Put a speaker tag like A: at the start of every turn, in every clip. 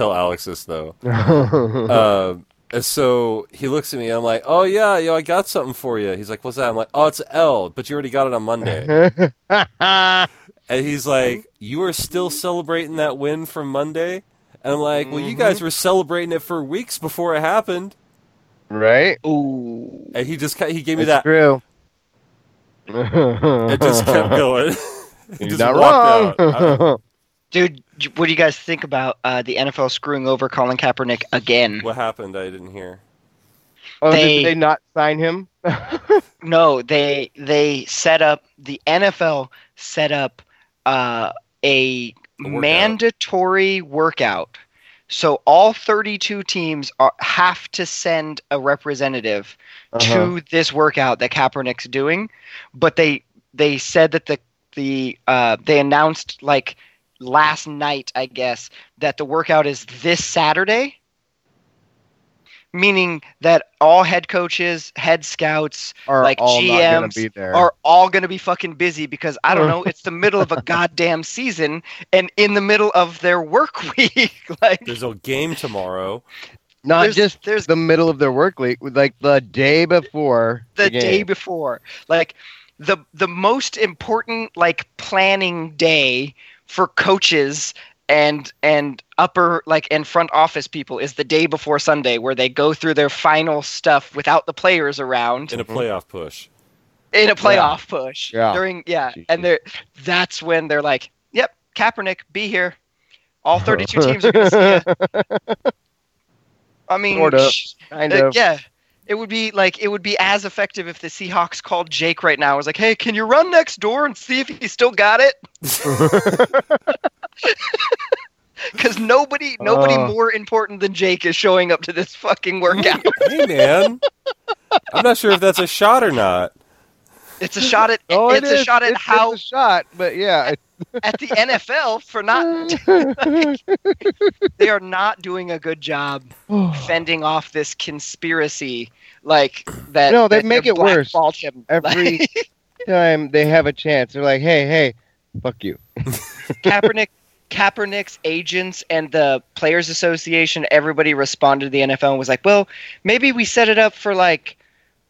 A: tell Alex this though.
B: Mm-hmm.
A: um, and so he looks at me. I'm like, "Oh yeah, yo, I got something for you." He's like, "What's that?" I'm like, "Oh, it's L, but you already got it on
B: Mm-hmm.
A: Monday." and he's like, "You are still celebrating that win from Monday?" And I'm like, "Well, you
B: Mm-hmm.
A: guys were celebrating it for weeks before it happened."
B: right?
C: Ooh.
A: And he just ki- he gave me
B: It's
A: that.
B: true.
A: It just kept going. He
B: You're
A: just
B: not wrong.
A: walked out.
C: Dude, j- what do you guys think about uh, the NFL screwing over Colin Kaepernick again?
A: what happened? I didn't hear.
B: oh,
C: They-
B: did they not sign him?
C: No, they they set up the NFL set up uh, a
A: workout.
C: mandatory workout. So all 32 teams are, have to send a representative
B: Uh-huh.
C: to this workout that Kaepernick's doing, but they they said that the the uh, they announced like last night, I guess, that the workout is this Saturday, meaning that all head coaches, head scouts
B: Are
C: like
B: all not gonna
C: GMs
B: be there.
C: are all going to be fucking busy because I don't know, it's the middle of a goddamn season and in the middle of their work week. like
A: There's a game tomorrow.
B: not
C: there's-
B: just
C: there's
B: the middle of their work week, like the day before
C: the day
B: game.
C: before like the the most important like planning day for coaches and and upper like and front office people is the day before sunday where they go through their final stuff without the players around
B: Mm-hmm.
A: in a playoff push.
C: in a playoff push
B: Yeah.
C: during yeah
B: Jesus.
C: and they're that's when they're like yep kaepernick be here all 32 teams are gonna see you i mean
B: Sorta.
C: sh-
B: kind
C: uh,
B: of.
C: yeah. It would be like it would be as effective if the Seahawks called Jake right now. and was like, "Hey, can you run next door and see if he still got it?" Because nobody, nobody
B: Oh.
C: more important than Jake is showing up to this fucking workout.
A: hey man, I'm not sure if that's a shot or not.
C: it's a shot at
B: Oh, it
C: it's a
B: is.
C: shot at
B: It's-
C: how
B: it's a shot, but yeah,
C: at the NFL for not
B: it's-
C: they are not doing a good job fending off this conspiracy like that.
B: No, they
C: that
B: make it worse.
C: blackballed Him.
B: every time they have a chance, they're like, "Hey, hey, fuck you."
C: Kaepernick, Kaepernick's agents and the Players Association, everybody responded to the NFL and was like, "Well, maybe we set it up for like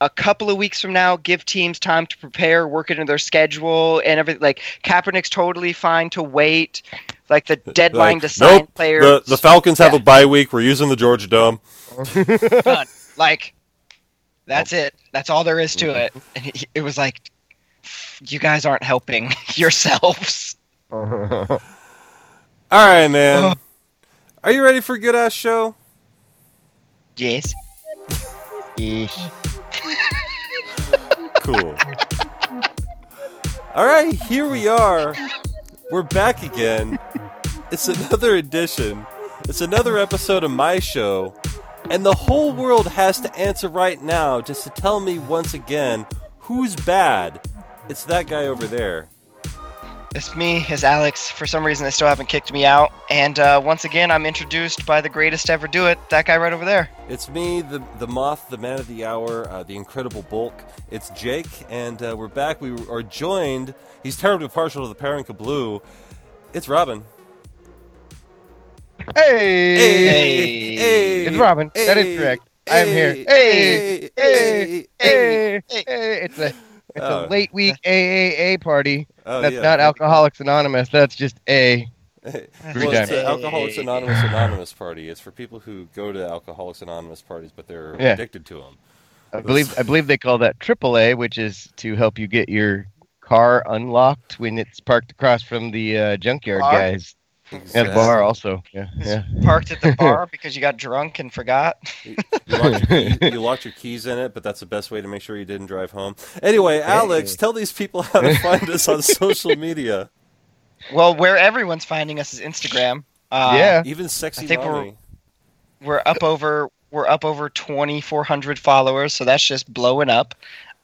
C: a couple of weeks from now, give teams time to prepare, work it into their schedule, and everything." Like Kaepernick's totally fine to wait, like the deadline
A: Like,
C: to sign
A: nope,
C: players.
A: The the Falcons have
C: Yeah.
A: a bye week. We're using the Georgia Dome.
C: done. Like that's it. That's all there is to
A: Mm-hmm.
C: it. And he- it was like, "You guys aren't helping yourselves."
A: All right, man. Are you ready for a good ass show?
C: Yes.
A: Cool. All right, here we are. We're back again. It's another edition. It's another episode of my show. And the whole world has to answer right now just to tell me once again who's bad. It's that guy over there.
C: It's me, it's Alex. For some reason, they still haven't kicked me out. And uh, once again, I'm introduced by the greatest to ever do it, that guy right over there.
A: It's me, the the moth, the man of the hour, uh, the incredible bulk. It's Jake, and uh, we're back. We are joined. He's terribly partial to the parent blue. It's Robin.
B: hey,
C: Hey.
A: hey,
B: it's Robin. that
A: hey,
B: is correct. I am here.
A: hey,
B: Hey, hey, hey,
C: hey,
B: hey,
C: hey.
B: It's a it's
A: Oh.
B: a late week AAA party.
A: Oh,
B: That's
A: yeah.
B: not Alcoholics Anonymous. That's just a.
A: Well, it's
B: Hey.
A: the Alcoholics Anonymous Anonymous party. It's for people who go to Alcoholics Anonymous parties, but they're
B: Yeah.
A: addicted to them.
B: I believe I believe they call that AAA, which is to help you get your car unlocked when it's parked across from the uh, junkyard
C: Bar?
B: guys. Yeah, the bar also. Yeah, yeah.
C: Parked at the bar because you got drunk and forgot.
A: You locked, your key, you locked your keys in it, but that's the best way to make sure you didn't drive home. Anyway, Alex, tell these people how to find us on social media.
C: Well, where everyone's finding us is Instagram. Uh,
B: yeah.
A: Even sexy
C: I think we're-
A: mommy.
C: We're up over we're up over 2,400 followers, so that's just blowing up.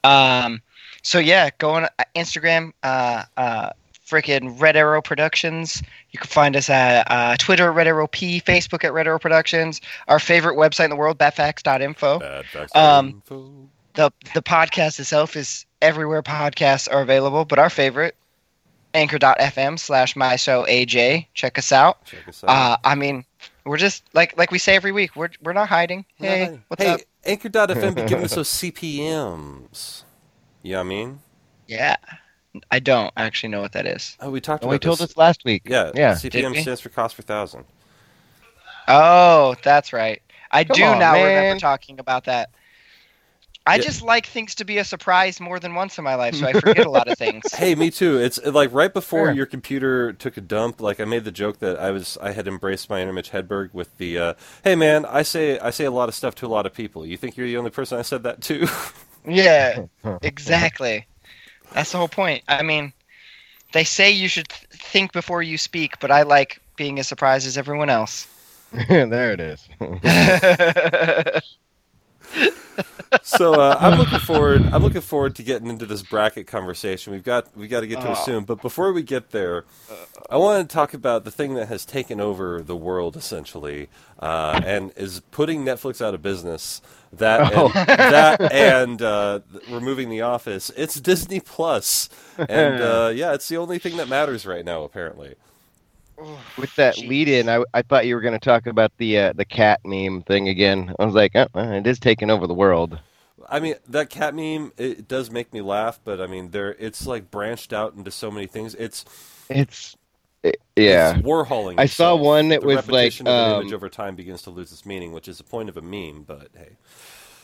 C: Um, so yeah, go on uh, Instagram, uh, uh, freaking Red Arrow Productions. You can find us at uh, Twitter, Red Arrow P, Facebook at Red Arrow Productions. Our favorite website in the world, batfacts.info.
A: Bad facts
C: Um,
A: info.
C: the the podcast itself is everywhere podcasts are available, but our favorite, anchor.fm slash my show AJ. Check us out.
A: Check us out.
C: Uh, I mean, We're just like like we say every week. We're we're not hiding.
A: We're
C: Hey,
A: not hiding.
C: what's
A: hey,
C: up?
A: Anchor.fm be giving us those CPMs. You know what I mean?
C: Yeah, I don't actually know what that is.
A: Oh, we talked
B: And
A: about
B: we told
A: this.
B: us last week.
A: Yeah,
B: Yeah.
A: CPM
C: Did we?
A: stands for cost per thousand.
C: Oh, that's right. I
B: Come
C: do
B: on,
C: now
B: man.
C: remember talking about that. I
A: Yeah.
C: just like things to be a surprise more than once in my life, so I forget a lot of things.
A: Hey, me too. It's uh, like right before
B: Sure.
A: your computer took a dump. Like I made the joke that I was I had embraced my inner Mitch Hedberg with the, uh, hey man, I say I say a lot of stuff to a lot of people. You think you're the only person I said that to?
C: Yeah, exactly. That's the whole point. I mean, they say you should th- think before you speak, but I like being as surprised as everyone else.
B: there it is.
A: so uh, I'm looking forward. I'm looking forward to getting into this bracket conversation. We've got we got to get to it
C: Oh.
A: soon. But before we get there, I want to talk about the thing that has taken over the world essentially, uh, and is putting Netflix out of business. That
B: Oh.
A: and, that and uh, th- removing The Office. It's Disney Plus, and uh, yeah, it's the only thing that matters right now apparently.
B: With that
C: Jeez.
B: lead in, I, I thought you were going to talk about the uh, the cat meme thing again. I was like, oh, well, it is taking over the world.
A: I mean that cat meme. It does make me laugh, but I mean there. It's like branched out into so many things. It's
B: It's it- yeah.
A: It's Warholing.
B: I saw
A: itself.
B: one that
A: the
B: was like
A: repetition of an image
B: um,
A: over time begins to lose its meaning, which is the point of a meme. But hey,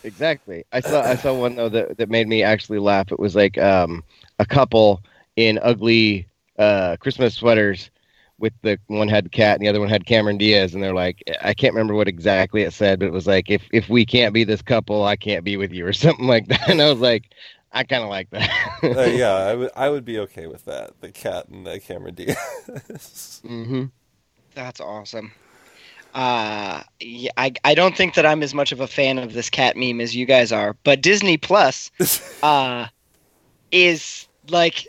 B: Exactly. I saw I saw one though that, that made me actually laugh. It was like um, a couple in ugly uh, Christmas sweaters with the one had cat and the other one had Cameron Diaz and they're like I can't remember what exactly it said, but it was like if if we can't be this couple, I can't be with you or something like that. And I was like, I kinda like that.
A: uh, yeah, I would I would be okay with that. The cat and the camera Diaz.
B: hmm
C: That's awesome. Uh, yeah, I, I don't think that I'm as much of a fan of this cat meme as you guys are, but Disney Plus uh, is like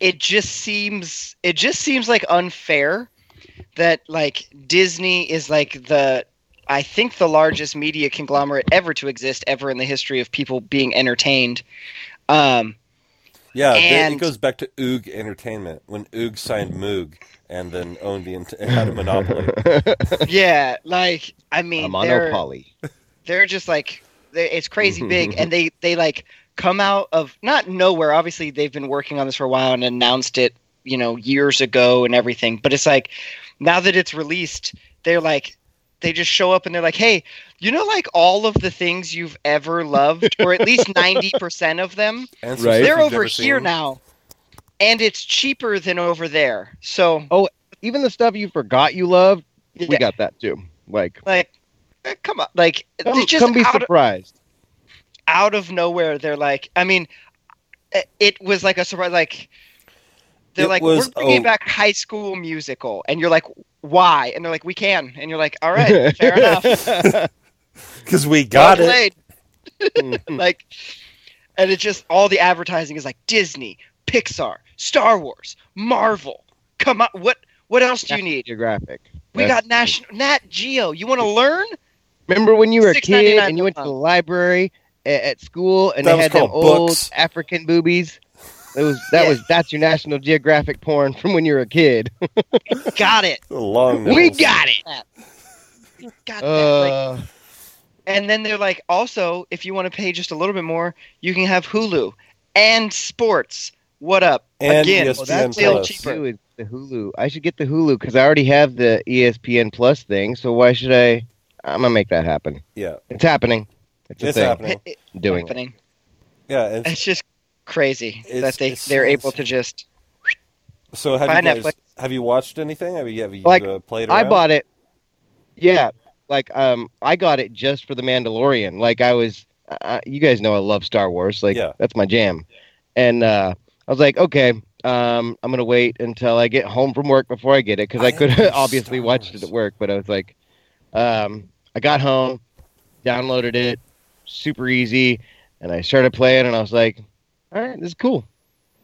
C: it just seems it just seems like unfair that like Disney is like the I think the largest media conglomerate ever to exist ever in the history of people being entertained. Um,
A: yeah, they- it
C: And-
A: goes back to Oog Entertainment when Oog signed Moog and then owned the ent- and had a monopoly.
C: yeah, like I
B: A
C: mean, they're-
B: monopoly.
C: they're just like they it's crazy big and they they like come out of not nowhere obviously they've been working on this for a while and announced it you know years ago and everything but it's like now that it's released they're like they just show up and they're like hey you know like all of the things you've ever loved or at least 90% of them
A: And
B: Right.
A: stuff
C: they're
A: you've
C: over
A: never
C: here
A: seen.
C: now and it's cheaper than over there so
B: Even the stuff you forgot you loved, we
C: Yeah.
B: got that too. Like
C: like eh, come on like
B: come,
C: it's just
B: come be
C: out of-
B: surprised.
C: out of nowhere they're like i mean i- it was like a surprise like they're
A: It
C: like
A: was
C: we're bringing
A: a-
C: back high school musical and you're like why and they're like we can and you're like all right fair enough Well
B: Mm-hmm.
A: Because we got it.
C: played. like and it's just all the advertising is like disney pixar star wars marvel come on what what else do you need
B: Geographic.
C: we
B: That's-
C: got national nat geo you want to learn
B: Remember when you were a kid
C: $6.99
B: and you went to
C: a
B: the library a- at school and
A: That
B: they
A: was
B: had them
A: called
B: old
A: books.
B: African boobies? That was that
C: Yeah.
B: was that's your National Geographic porn from when you were a kid.
C: got it
A: The long
B: We
A: nose.
B: got it.
C: We got that like,
B: Uh,
C: And then they're like, also, if you want to pay just a little bit more, you can have Hulu and sports. What up?
A: And E
C: Again,
A: ESPN
C: that's still
A: Plus.
C: cheaper.
B: Dude, the Hulu. I should get the Hulu because I already have the E ESPN Plus thing. So why should I? I'm gonna make that happen.
A: Yeah,
B: It's happening. It's a
A: it's
B: thing.
A: happening.
C: It-
B: I'm doing. it.
C: happening.
A: Yeah, it's,
C: It's just crazy
A: It's-
C: that they
A: it's-
C: they're
A: it's-
C: able to just.
A: so have
C: Buy
A: you guys?
C: Netflix.
A: Have you watched anything? Have you, have you
B: Like,
A: uh, played around?
B: I bought it. Yeah, like um, I got it just for the Mandalorian. Like I was, uh, you guys know I love Star Wars. Like
A: Yeah.
B: that's my jam. And uh, I was like, okay, um, I'm gonna wait until I get home from work before I get it because
A: I
B: I could
A: love
B: obviously
A: Star
B: watched
A: Wars.
B: it at work. But I was like, um, I got home, downloaded it, super easy, and I started playing, and I was like, all right, this is cool.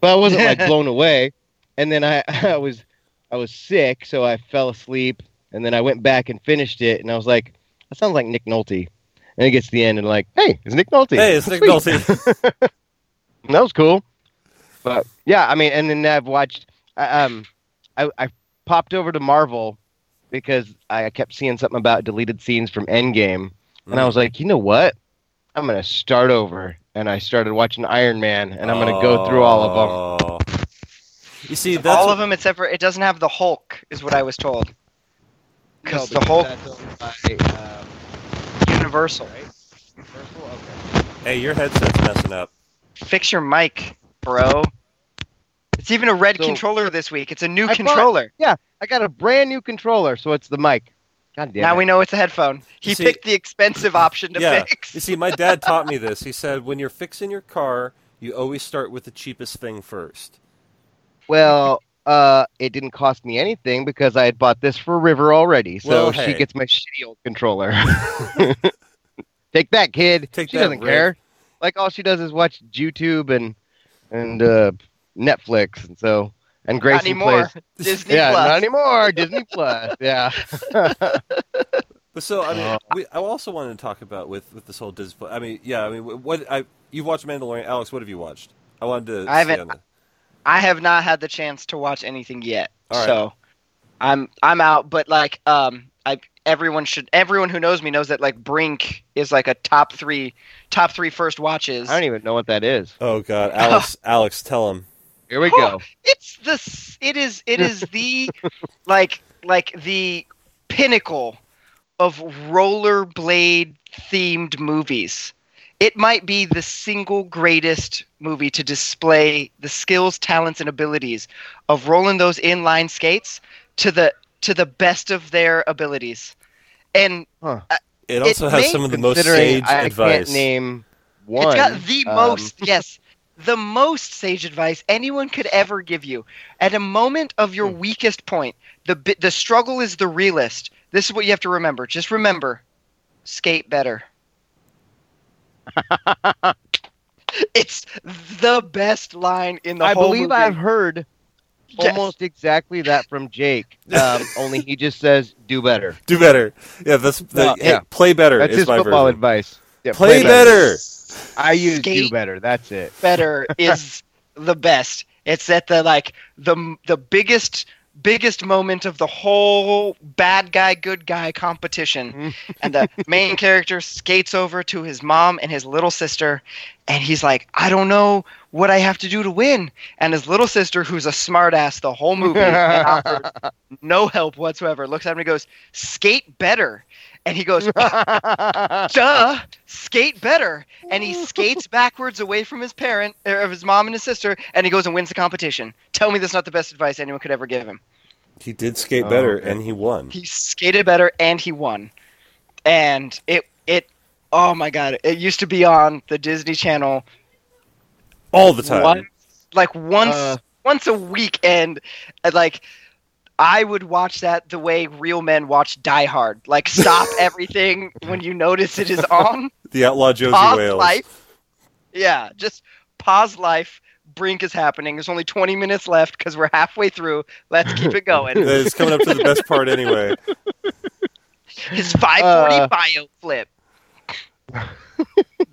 B: But I wasn't like blown away. And then I, I was I was sick, so I fell asleep. And then I went back and finished it, and I was like, that sounds like Nick Nolte. And it gets to the end, and like, hey, it's Nick Nolte.
A: Hey, it's Nick
B: Sweet.
A: Nolte.
B: And that was cool. But yeah, I mean, and then I've watched. I, um, I, I popped over to Marvel because I kept seeing something about deleted scenes from Endgame, and I was like, you know what? I'm gonna start over, and I started watching Iron Man, and I'm gonna go through all of them.
A: of them. Oh. You see, that's
C: all of them except for it doesn't have the Hulk, is what I was told. Because the Hulk,
A: uh,
C: Universal.
A: Hey, your headset's messing up.
C: Fix your mic, bro. It's even a red
B: So-
C: controller this week. It's a new
B: I bought-
C: controller.
B: I got a brand new controller, so it's the mic. God damn
C: now
B: it.
C: we know it's a headphone. He
A: You see-
C: picked the expensive option to
A: Yeah. You
C: fix.
A: see, my dad taught me this. He said, when you're fixing your car, you always start with the cheapest thing first.
B: Well, uh, it didn't cost me anything because I had bought this for River already, so
A: Well, hey.
B: she gets my shitty old controller. Take that, kid.
A: Take
B: she
A: that,
B: doesn't
A: Rick.
B: care. Like all she does is watch YouTube and and uh, Netflix, and so and
C: Not
B: Grayson
C: anymore.
B: plays.
C: Disney
B: Yeah,
C: Plus.
B: not anymore. Disney Plus. Yeah.
A: But so I mean,
B: Oh.
A: we, I also wanted to talk about with with this whole Disney. I mean, yeah, I mean, wh- what I you've watched Mandalorian, Alex? What have you watched? I wanted to.
C: I
A: see
C: haven't-
A: on that.
C: I have not had the chance to watch anything yet.
A: All right.
C: So I'm I'm out, but like um I everyone should everyone who knows me knows that like Brink is like a top 3 top 3 first watches.
B: I don't even know what that is.
A: Oh God, Alex, Alex, tell him.
B: Here we go.
C: it's the s- it is it is the like like the pinnacle of rollerblade themed movies. It might be the single greatest movie to display the skills, talents, and abilities of rolling those inline skates to the to the best of their abilities. And
A: It also has
C: may-
A: some of the most
B: Considering
A: sage
B: I
A: advice.
B: can't name one.
C: It's got the
B: um,
C: most, yes, the most sage advice anyone could ever give you. At a moment of your
B: Hmm.
C: weakest point, the bi- the struggle is the realest. This is what you have to remember. Just remember, skate better. it's the best line in the
B: I
C: whole
B: believe
C: movie.
B: I've heard
C: Yes.
B: almost exactly that from Jake. Um, only he just says do better.
A: Do better. Yeah, that's the,
B: Well,
A: hey,
B: yeah.
A: play better.
B: That's
A: is
B: his
A: my
B: football
A: version.
B: advice. Yeah,
A: Play better.
B: I use do
C: Skate
B: better. That's it.
C: better is the best. It's at the like the the biggest biggest moment of the whole bad guy good guy competition and the main character skates over to his mom and his little sister and he's like I don't know what I have to do to win and his little sister who's a smartass the whole movie and offered no help whatsoever looks at him and goes skate better and he goes duh, skate better. And he skates backwards away from his parent, er, of his mom and his sister, and he goes and wins the competition. Tell me that's not the best advice anyone could ever give him.
A: He did skate
B: Oh,
A: better,
B: okay.
A: and he won.
C: He skated better and he won. And it, it, oh my God, it used to be on the Disney Channel
A: All the time.
C: Once, like once
B: Uh.
C: once a week, and uh, like I would watch that the way real men watch Die Hard. Like stop everything when you notice it is on.
A: The outlaw Josie
C: pause
A: Wales.
C: life. Yeah, just pause life. Brink is happening. There's only 20 minutes left because we're halfway through. Let's keep it going.
A: It's coming up to the best part anyway.
C: His 540
B: Uh,
C: bio flip.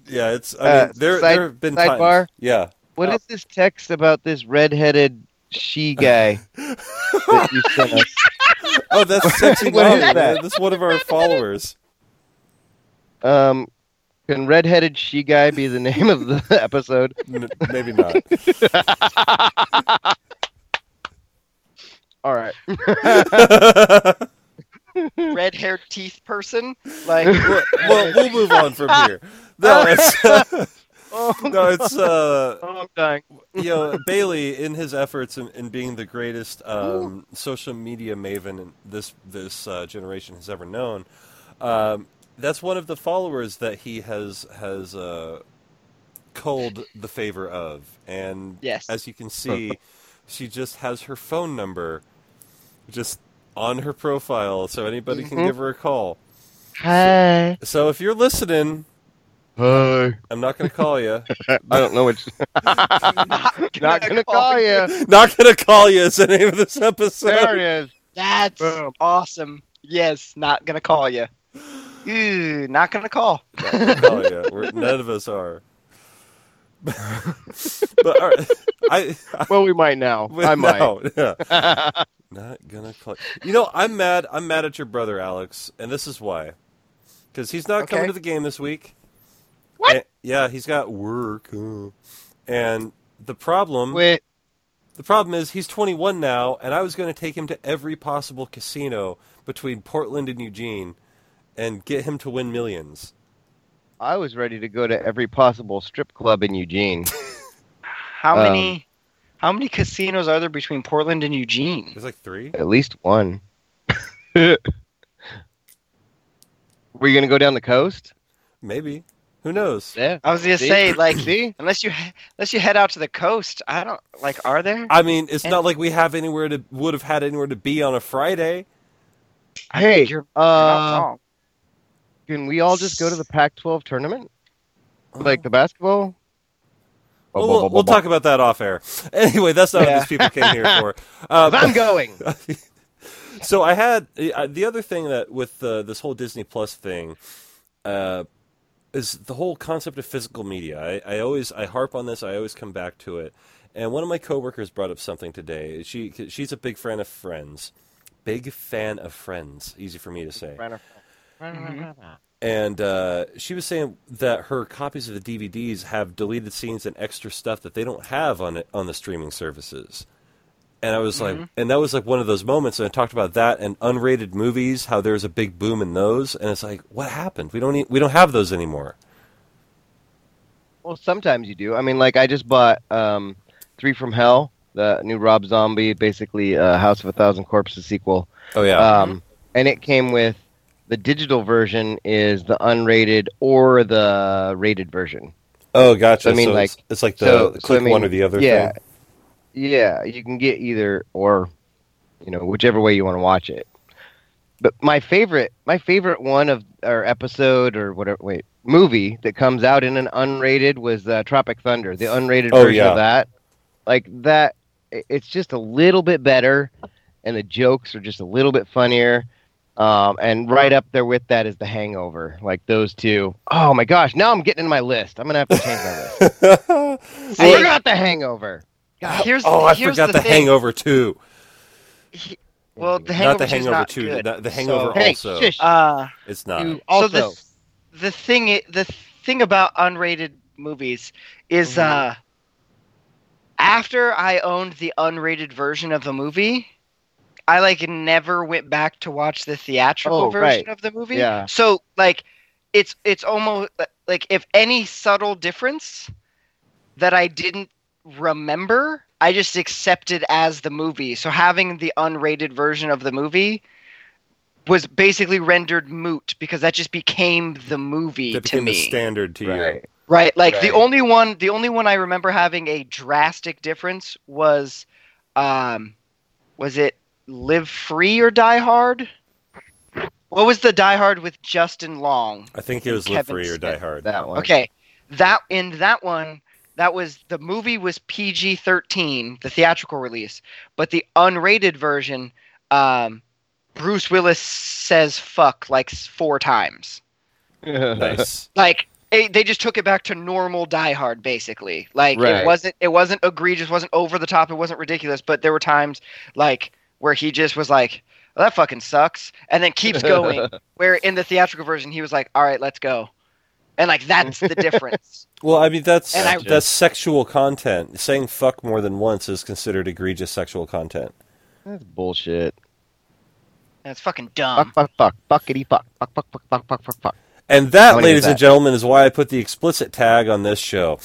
A: Yeah, it's. I mean,
B: Uh,
A: there,
B: side-
A: there have been
B: sidebar?
A: times. Yeah.
B: What
C: Oh.
B: is this text about this redheaded she guy that you sent us?
A: Oh, that's sexy
B: What
A: Molly.
B: is that?
A: man. That's one of our followers.
B: Um, can redheaded she guy be the name of the episode?
A: N- maybe not.
B: All right.
C: Red haired teeth person. Like,
A: well, we'll move on from here. No, it's
B: Oh,
A: no, it's uh,
B: I'm dying.
A: you know, Bailey in his efforts in, in being the greatest um, social media maven in this this uh, generation has ever known. Um, that's one of the followers that he has has uh, culled the favor of, and
C: yes.
A: as you can see, she just has her phone number just on her profile, so anybody can
B: Mhm.
A: give her a call.
B: Hi.
A: So if you're listening,
B: Hi.
A: I'm not going to call you.
B: I don't know which. Not gonna call you.
A: not going to call you is the name of this episode.
B: There it is.
C: That's
B: Boom.
C: awesome. Yes, not going to call you. Ooh, not going to call.
A: Oh yeah, we're, none of us are. but all right, I, I
B: Well, we might now. I might.
A: No, yeah. Not gonna collect. You know, I'm mad. I'm mad at your brother, Alex, and this is why. Because he's not
C: Okay.
A: coming to the game this week.
C: What?
A: And- yeah, he's got work. uh, And the problem,
C: Wait,
A: the problem is he's 21 now, and I was going to take him to every possible casino between Portland and Eugene, and get him to win millions.
B: I was ready to go to every possible strip club in Eugene.
C: how
B: Um,
C: many? How many casinos are there between Portland and Eugene?
A: There's like three.
B: At least one. Were you gonna go down the coast?
A: Maybe. Who knows?
B: Yeah.
C: I was gonna
B: See?
C: say, like,
B: See?
C: unless you he- unless you head out to the coast, I don't like. Are there?
A: I mean, it's
C: And-
A: not like we have anywhere to would have had anywhere to be on a Friday.
B: Hey,
C: You're- you're not
B: uh,
C: wrong.
B: can we all just go to the Pac-12 tournament, like the basketball?
A: Well, we'll, we'll talk about that off air. Anyway, that's not
C: Yeah.
A: what these people came here for.
B: I'm
A: Uh,
B: going.
A: so I had uh, the other thing that with uh, this whole Disney Plus thing uh, is the whole concept of physical media. I, I always I harp on this. I always come back to it. And one of my coworkers brought up something today. She she's a big fan of Friends, big fan of Friends. Easy for me to say. and uh, she was saying that her copies of the DVDs have deleted scenes and extra stuff that they don't have on it, on the streaming services. And I was
C: Mm-hmm.
A: like, and that was like one of those moments. And I talked about that and unrated movies, how there's a big boom in those, and it's like, what happened? We don't e we don't have those anymore.
B: Well, sometimes you do. I mean, like I just bought um, Three from Hell, the new Rob Zombie, basically uh, House of a Thousand Corpses sequel,
A: Oh yeah,
B: um, and it came with the digital version is the unrated or the rated version.
A: oh gotcha.
B: I mean,
A: So
B: like-
A: it's, it's like the
B: so-
A: click
B: so, I mean,
A: one or the other.
B: yeah.
A: thing.
B: Yeah, you can get either or, you know, whichever way you want to watch it. But my favorite, my favorite one of or episode or whatever, wait, movie that comes out in an unrated was uh, Tropic Thunder, the unrated
A: Oh,
B: version
A: yeah.
B: of that. Like that, i- it's just a little bit better, and the jokes are just a little bit funnier. Um, and right up there with that is The Hangover. Like those two. Oh my gosh! Now I'm getting into my list. I'm gonna have to change my list. I
A: Well,
B: forgot The Hangover.
C: Here's
A: oh, I
C: here's
A: forgot the,
C: thing.
A: Hangover too.
C: Well, the
A: Not
C: hangover
A: the
C: two's
A: Hangover
C: not
A: two.
C: good,
A: the, the
C: so-
A: Hangover
B: Hey,
A: also.
B: shush.
C: Uh,
A: It's not.
B: You
C: so
B: also,
C: the the thing i- the thing about unrated movies is
B: Mhm.
A: Mm-hmm.
C: uh after I owned the unrated version of the movie, I like never went back to watch the theatrical
B: Oh,
C: version
B: right.
C: of the movie.
B: Yeah.
C: So like it's it's almost like if any subtle difference that I didn't remember, I just accepted as the movie. So having the unrated version of the movie was basically rendered moot because that just became the movie
A: that
C: to
A: became
C: me.
A: the standard to you.
C: Right. Like the
B: Right.
C: only one, the only one I remember having a drastic difference was, um, was it Live Free or Die Hard? What was the Die Hard with Justin Long?
A: I think it was Live
C: Kevin
A: Free or Die
C: Smith.
A: Hard.
B: that one.
C: Okay, that in that one, that was the movie was PG thirteen, the theatrical release, but the unrated version, um, Bruce Willis says "fuck" like s- four times.
A: Nice.
C: like it, they just took it back to normal Die Hard, basically. Like
B: Right.
C: it wasn't it wasn't egregious, wasn't over the top, it wasn't ridiculous, but there were times like where he just was like, "Well, "That fucking sucks," and then keeps going. where in the theatrical version, he was like, "All right, let's go," and like that's the difference.
A: Well, I mean that's
C: And I-
A: that's sexual content. Saying fuck more than once is considered egregious sexual content.
B: That's bullshit.
C: That's fucking
B: Fuck,
C: dumb.
B: fuck, fuck, fuckity fuck, fuck, fuck, fuck, fuck, fuck, fuck, fuck.
A: And
B: I
A: that,
B: wanna get
A: ladies and
B: that.
A: gentlemen, is why I put the explicit tag on this show.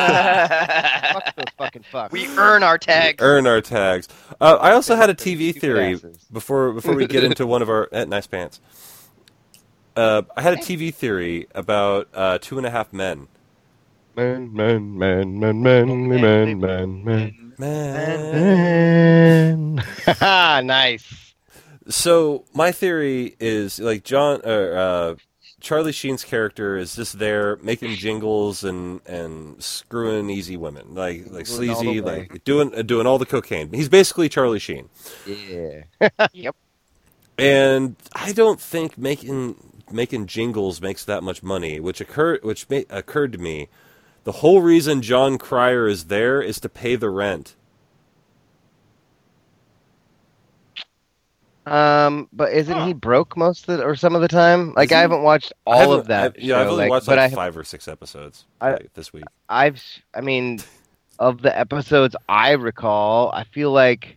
B: Fuck those fucking fucks.
C: we earn our tags.
A: Earn our tags. Uh, I also had a TV
B: Stupid
A: theory
B: asses.
A: before before we get into one of our eh, nice pants. Uh, I had a TV theory about uh, Two and a Half Men.
B: Man, man, man, man, man, man, man, man,
C: Mm-hmm.
A: Man.
B: man. Haha, nice.
A: So my theory is like John or uh, Charlie Sheen's character is just there making jingles and and screwing easy women like like
B: Doing all the
A: sleazy
B: way.
A: like doing uh, doing all the cocaine. He's basically Charlie Sheen,
B: Yeah.
A: and I don't think making making jingles makes that much money. Which occurred which ma- occurred to me, the whole reason John Cryer is there is to pay the rent.
B: Um, but isn't
C: Huh.
B: he broke most of the, or some of the time? Like
A: Isn't
B: I
A: he-
B: haven't watched
A: I
B: all
A: haven't-
B: of that.
A: I, yeah, I've
B: show,
A: only
B: like,
A: watched
B: but
A: like
B: I,
A: five or six episodes
B: I-
A: like, this week.
B: I've, I mean, of the episodes I recall, I feel like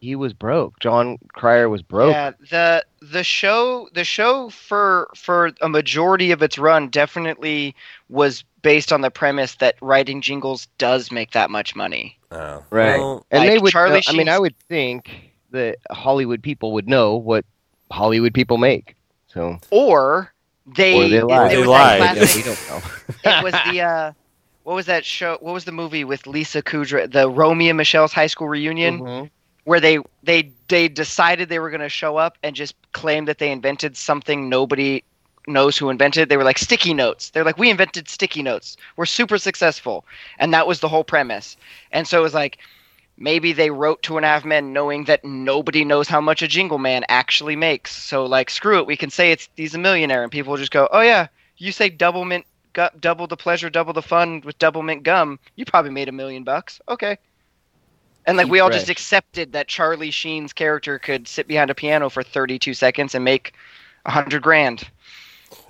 B: he was broke. John Cryer was broke.
C: Yeah, the the show the show for for a majority of its run definitely was based on the premise that writing jingles does make that much money.
A: Oh.
B: Right.
A: Well,
B: and
C: Like
B: they would.
C: Charlie
B: know- I mean,
C: Sheen's-
B: I would think that Hollywood people would know what Hollywood people make. So
C: Or they
B: Or they
C: it-
B: lied.
C: there
A: They
C: was that
A: lied,
B: yeah,
A: Classic.
B: we don't know.
C: it was the uh, what was that show? What was the movie with Lisa Kudrow? The Romeo and Michelle's high school reunion,
B: Mhm.
C: where they they they decided they were going to show up and just claim that they invented something nobody knows who invented. They were like sticky notes. They're like, we invented sticky notes. We're super successful, and that was the whole premise. And so it was like. Maybe they wrote Two and a Half Men knowing that nobody knows how much a Jingle Man actually makes. So, like, screw it. We can say it's he's a millionaire, and people will just go, "Oh yeah, you say double mint gu- double the pleasure, double the fun with double mint gum, you probably made a million bucks. Okay. And like we all just
B: Right.
C: accepted that Charlie Sheen's character could sit behind a piano for 32 seconds and make a hundred grand.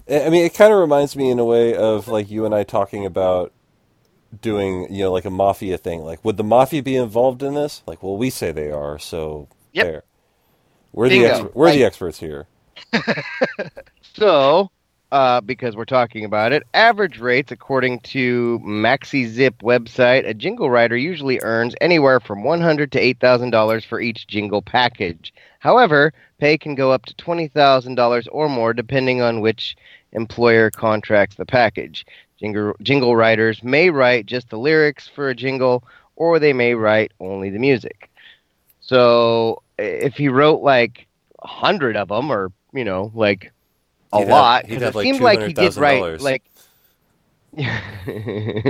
A: I I mean, it kind of reminds me in a way of like you and I talking about doing, you know, like a mafia thing. Like, would the mafia be involved in this? Like, well, we say they are, so
C: Yep.
A: there. We're
C: Bingo.
A: the expert, we're the experts here.
B: So, uh, because we're talking about it, average rates according to MaxiZip website, a jingle writer usually earns anywhere from one hundred to eight thousand dollars for each jingle package. However, pay can go up to twenty thousand dollars or more depending on which employer contracts the package. Jingle, jingle writers may write just the lyrics for a jingle, or they may write only the music. So, i- if he wrote like a hundred of them, or you know, like a
A: He'd have-
B: lot
A: he'd
B: because
A: have,
B: it
A: like,
B: seemed like he did
A: $200,000.
B: right like yeah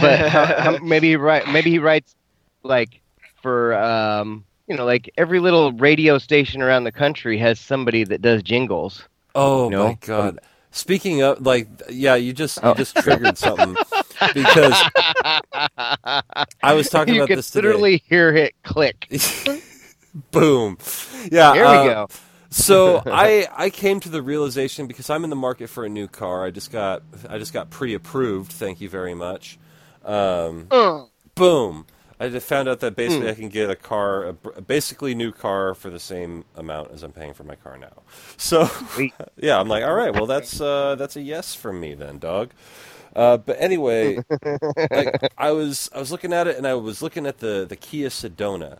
B: but how- how- maybe he write, maybe he writes like for um you know like every little radio station around the country has somebody that does jingles
A: Oh
B: No.
A: my god! Speaking of, like, yeah, you just you
B: Oh.
A: just triggered something because I was talking
B: you
A: about
B: could
A: this today.
B: literally hear it click
A: Boom! Yeah,
B: there
A: uh,
B: we go
A: so I I came to the realization because I'm in the market for a new car. I just got I just got pre-approved. Thank you very much. Um,
C: Hmm,
A: boom! I just found out that basically I can get a car, a, br- a basically new car for the same amount as I'm paying for my car now. So
B: Sweet.
A: yeah, I'm like, all right, well that's uh, that's a yes from me then, dog. Uh, but anyway, like, I was I was looking at it and I was looking at the the Kia Sedona,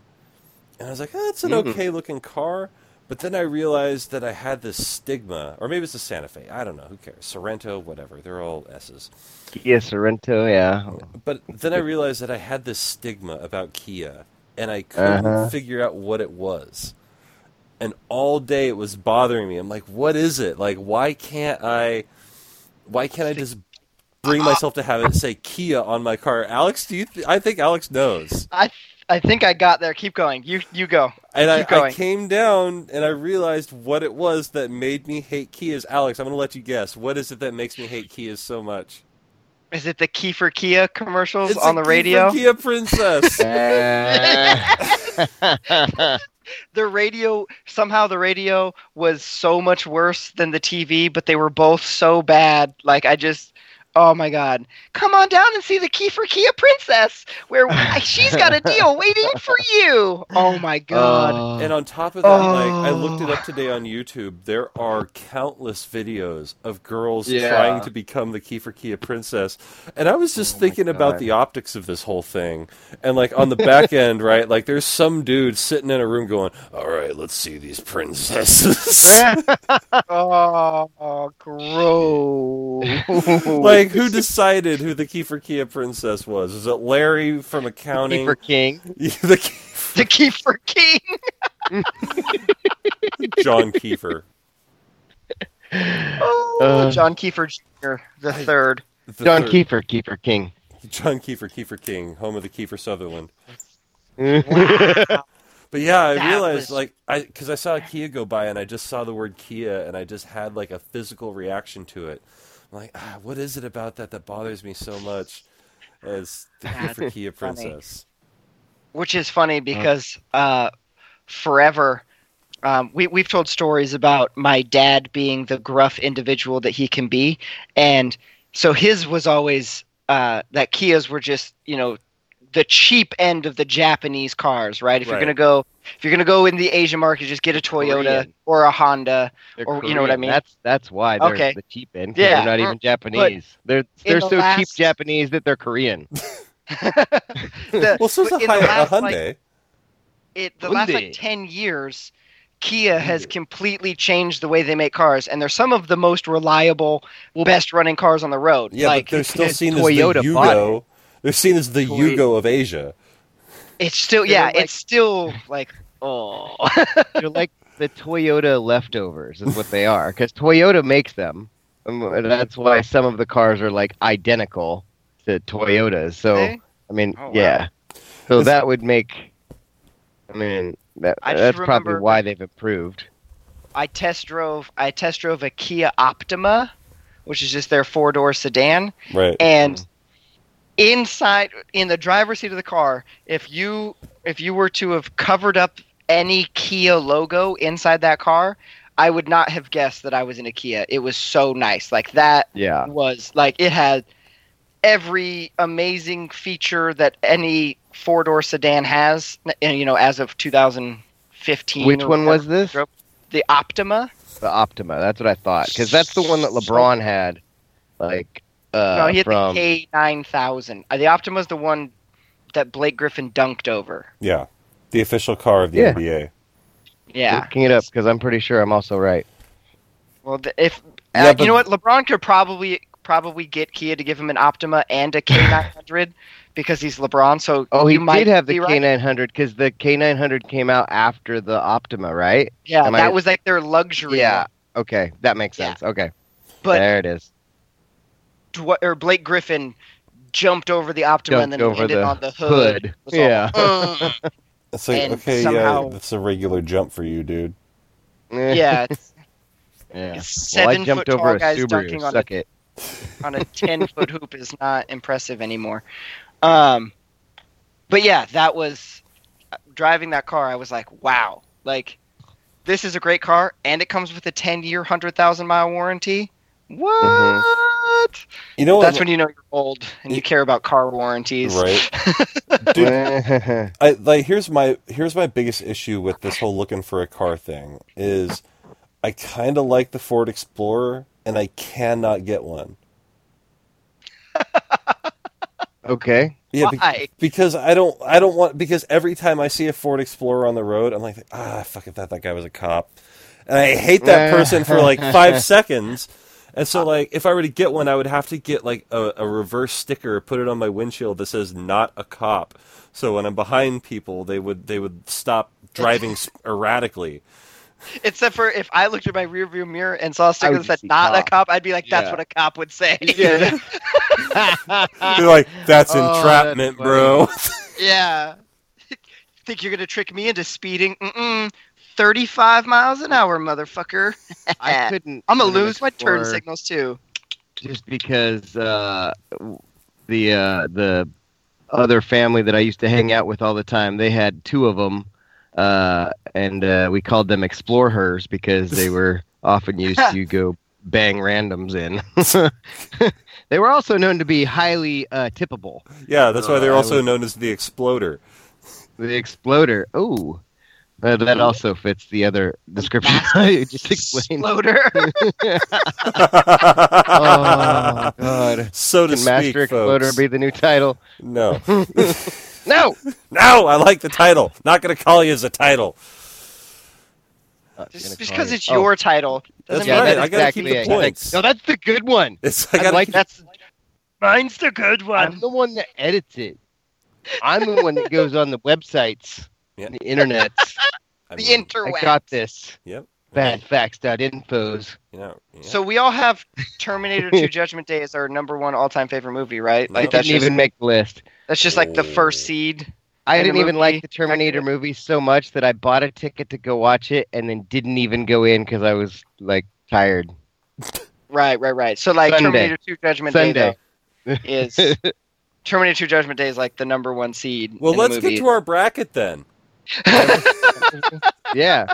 A: and I was like, oh, that's an
B: Mhm.
A: okay looking car. But then I realized that I had this stigma, or maybe it's the Santa Fe. I don't know. Who cares? Sorrento, whatever. They're all S's.
B: yeah sorrento yeah
A: But then I realized that I had this stigma about Kia, and I couldn't
B: Uh-huh.
A: figure out what it was. And all day it was bothering me. I'm like, what is it? Like, why can't I? Why can't I just bring myself to have it say Kia on my car? Alex, do you? Th- I think Alex knows.
C: I, I think I got there. Keep going. You, you go.
A: And
C: Keep
A: I, I
C: going.
A: came down and I realized what it was that made me hate Kias. Alex, I'm gonna let you guess. What is it that makes me hate Kias so much?
C: Is it the key for Kia commercials
A: It's
C: on
A: a
C: the
A: Kia for
C: radio?
A: Kia Princess.
B: Uh,
C: the radio somehow the radio was so much worse than the TV, but they were both so bad. Like I just oh my god. Come on down and see the key for Kia Princess where she's got a deal waiting for you. Oh
A: Uh,
C: my god.
B: Uh,
A: And on top of that, like I
C: Oh.
A: looked it up today on YouTube, there are countless videos of girls
B: Yeah.
A: trying to become the Kiefer Kia princess. And I was just
B: Oh my
A: thinking about
B: God.
A: the optics of this whole thing. And like on the back end, right? Like there's some dude sitting in a room going, "All right, let's see these princesses."
C: oh, gross.
A: like who decided who the Kiefer Kia princess was? Is it Larry from accounting?
B: Keeper King.
A: the Kiefer-
C: The key for King.
A: John Kiefer.
C: Oh,
B: Uh.
C: John Kiefer Jr. the
A: I-
C: third.
A: The
B: John
A: third-
B: Keeper, Keeper King.
A: John Kiefer, Kiefer King, home of the Kiefer Sutherland.
C: Wow.
A: But yeah, I
C: That
A: realized
C: was-
A: like I because I saw a Kia go by and I just saw the word Kia and I just had like a physical reaction to it. I'm like, ah, what is it about that that bothers me so much? As the Kia for
B: That's
A: Kia
C: funny.
A: princess.
C: Which is funny because uh, forever um, we, we've told stories about my dad being the gruff individual that he can be. And so his was always uh, that Kias were just, you know, the cheap end of the Japanese cars, right? If
A: Right.
C: you're going to go. If you're gonna go in the Asian market, just get a Toyota
B: Korean.
C: or a Honda.
B: They're
C: Or, you know what I
B: Korean.
C: mean?
B: That's that's why they're
C: Okay.
B: the cheap end. 'cause
C: Yeah.
B: they're not even Japanese. They're they're
C: the
B: so cheap
C: last-
B: Japanese that they're Korean.
C: The-
A: Well, so is a,
C: but in the
A: high,
C: last,
A: a
C: like,
A: Hyundai.
C: it the last
B: Hyundai.
C: like 10 years kia has completely changed the way they make cars and they're some of the most reliable best running cars on the road
A: yeah,
C: like
A: but they're still
B: it's
A: seen as
B: Toyota
A: the
B: bought
A: Yugo. They're seen as the
B: Toy-
A: Yugo of Asia.
C: it's still
B: they're
C: yeah
B: like-
C: it's still like oh
B: they're like the Toyota leftovers is what they are because Toyota makes them, Um, and that's why some of the cars are like identical to Toyotas. So
C: Eh?
B: I mean,
C: Oh, wow.
B: yeah. So
A: It's-
B: that would make. I mean, that,
C: I just
B: that's probably
C: remember-
B: why they've improved.
C: i test drove i test drove a kia optima which is just their four door sedan
A: Right.
C: and
B: Mm-hmm.
C: inside in the driver's seat of the car if you if you were to have covered up any kia logo inside that car i would not have guessed that i was in a kia it was so nice like that
B: Yeah,
C: was like it had every amazing feature that any four-door sedan has and you know as of 2015
B: Which
C: or
B: one was
C: whatever.
B: this?
C: Drove- the optima
B: the Optima. That's what I thought because that's the one that LeBron had, like uh,
C: no he had
B: from
C: the k9000 Uh, the optima's the one that blake griffin dunked over
A: yeah. The official car of the
B: Yeah.
A: NBA.
C: yeah
B: looking it up because I'm pretty sure I'm also right.
C: Well, th- if
A: Yeah,
C: uh,
A: but-
C: you know what, LeBron could probably probably get Kia to give him an Optima and a K900 because he's LeBron. So
B: Oh, he
C: you might
B: did have the
C: be right.
B: K900 because the K900 came out after the Optima, right?
C: Yeah,
B: Am
C: that
B: I-
C: was like their luxury.
B: Yeah.
C: one.
B: Okay, that makes
C: Yeah.
B: sense. Okay,
C: but
B: there it is.
C: Dw- or Blake Griffin jumped over the Optima
B: Jumped
C: and then
B: over
C: landed
B: the
C: on the hood.
B: Hood.
C: was all-
B: Yeah.
C: Mm.
A: It's like,
C: And
A: okay, yeah,
C: somehow-
A: that's a regular jump for you, dude.
B: Eh,
C: yeah, it's
B: yeah. Well, I
C: seven foot
B: jumped
C: tall
B: over a
C: guys
B: Subaru.
C: dunking on a,
B: Suck it.
C: on a ten foot hoop is not impressive anymore. Um, but yeah, that was uh, driving that car. I was like, wow, like this is a great car, and it comes with a ten year, hundred thousand mile warranty. What?
A: You know what?
C: That's when you know you're old and you care about car warranties.
A: right. Dude, I like here's my here's my biggest issue with this whole looking for a car thing is I kind of like the Ford Explorer and I cannot get one.
B: okay.
A: Yeah, be-
C: Why?
A: because I don't I don't want because every time I see a Ford Explorer on the road, I'm like, ah, fuck! I thought that guy was a cop, and I hate that person for like five seconds. And so, like, if I were to get one, I would have to get like a, a reverse sticker, put it on my windshield that says "not a cop." So when I'm behind people, they would they would stop driving s- erratically.
C: Except for if I looked at my rearview mirror and saw a sticker
B: would
C: that
B: just
C: said
B: see
C: "not a
B: cop.
C: cop," I'd be like, "That's
B: Yeah.
C: what a cop would say."
B: Yeah.
A: They're like, "That's
B: Oh, that's
A: entrapment, bro."
C: Yeah. Think you're gonna trick me into speeding? Mm-mm. Thirty-five miles an hour, motherfucker.
B: I couldn't.
C: I'm gonna
B: put an
C: lose my turn
B: Explorer-
C: signals too.
B: just because uh, w- the uh, the other family that I used to hang out with all the time, they had two of them, uh, and uh, we called them Explorers because they were often used to go bang randoms in. they were also known to be highly uh, tippable.
A: yeah, that's why they're
B: Uh, I
A: also
B: was-
A: known as the Exploder.
B: The Exploder, oh, uh, that also fits the other description I just explained.
C: Loader.
B: Oh God!
A: so to
B: Can Master
A: speak,
B: Exploder
A: folks.
B: be the new title?
A: No.
B: No.
A: No, I like the title. Not going to call you as a title.
C: Just because it's your title doesn't
B: Oh,
A: That's right,
C: mean
A: I
C: that
A: gotta keep the
B: exactly it.
A: points.
B: No, that's the good one.
A: It's
B: I
A: I got
B: like that's
C: mine's the good
B: I'm the one that edits it. I'm the one that goes on the websites,
A: Yeah.
B: the internet.
A: I
C: The
A: mean,
B: I
C: interweb.
B: got this.
A: Yep.
B: Badfacts.infos.
A: you know, yeah.
C: So we all have Terminator 2: Judgment Day as our number one all-time favorite movie, right?
A: No.
B: I
C: Like
A: It
B: didn't
C: that's just,
B: even make the list.
C: that's just like the first seed.
B: I
C: And the
B: didn't even like
C: movie-
B: the Terminator movie so much that I bought a ticket to go watch it and then didn't even go in because I was like tired.
C: Right, right, right. So like
B: Sunday.
C: Terminator 2: Judgment
B: Sunday.
C: Day though, is Terminator 2: Judgment Day is like the number one seed.
A: well,
C: in the
A: let's get
C: movie.
A: to our bracket then.
B: yeah.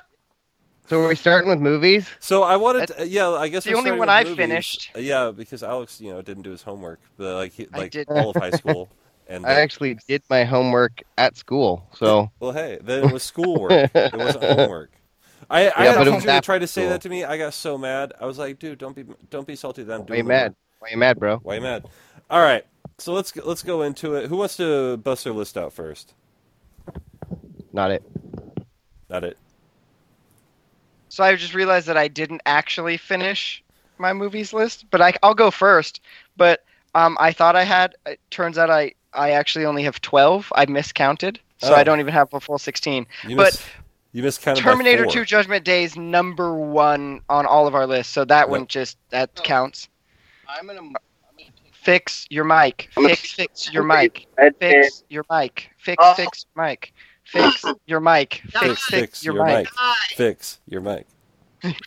B: So are we starting with movies?
A: So I wanted, to, uh, yeah, I guess
C: the
A: we're
C: only
A: starting
C: one
A: with
C: I
A: movies.
C: finished.
A: Yeah, because Alex, you know, didn't do his homework, but like he,
C: I
A: like
C: did.
A: all of high school. And
B: I
A: then-
B: actually did my homework at school, so
A: well, hey, then it was schoolwork. it wasn't homework. I, I had a
B: but it was
A: teacher who
B: after
A: tried to say
B: school.
A: that to me. I got so mad. I was like, dude, don't be don't be salty. That I'm
B: why you
A: doing the
B: mad? Why you mad, bro?
A: Why you mad? All right, so let's let's go into it. Who wants to bust their list out first?
B: Not it.
A: Not it.
C: So I just realized that I didn't actually finish my movies list, but I, I'll go first. But um, I thought I had. It turns out I I actually only have twelve. I miscounted, so
A: Oh.
C: I don't even have a full sixteen.
A: You
C: But-
A: miss, you missed kind of
C: Terminator Two Judgment Day is number one on all of our lists, so that one
A: Yep.
C: just that counts.
B: I'm gonna. Uh,
C: Fix your mic.
B: I'm gonna-
C: Fix fix your mic.
D: Red Dead.
C: Fix your mic. Fix
D: Oh.
C: fix your mic. Fix your mic. Fix fix your mic.
A: Fix your mic.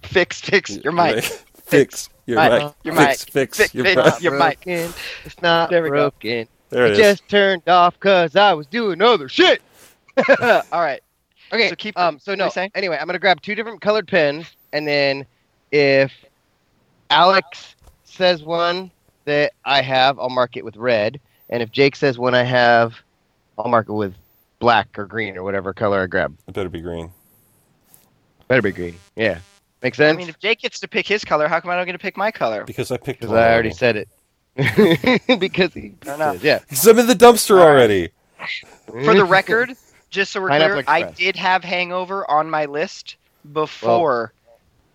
C: Fix fix your mic.
A: Fix your
C: Mic.
A: mic.
C: Your
A: Fix fix
C: Fix-
A: your
C: fix-
A: mic.
C: Your mic.
B: It's not
C: There we go.
B: broken.
A: There it
B: it
A: is.
B: just turned off because I was doing other shit.
C: All right.
B: Okay.
C: So keep-
B: um. So
C: what were
B: no.
C: you saying?
B: Anyway, I'm gonna grab two different colored pens, and then if Alex says one that I have, I'll mark it with red, and if Jake says one I have, I'll mark it with black or green or whatever color I grab.
A: It better be green.
B: Better be green. Yeah. Make sense?
C: I mean, if Jake gets to pick his color, how come I don't get to pick my color?
A: Because I picked
B: Because
A: one
B: I already said it. because he
C: Fair enough.
B: said, yeah.
A: Because I'm in the dumpster
C: All right.
A: already.
C: For the record, just so we're
B: Pineapple
C: clear, I
B: Express.
C: did have Hangover on my list before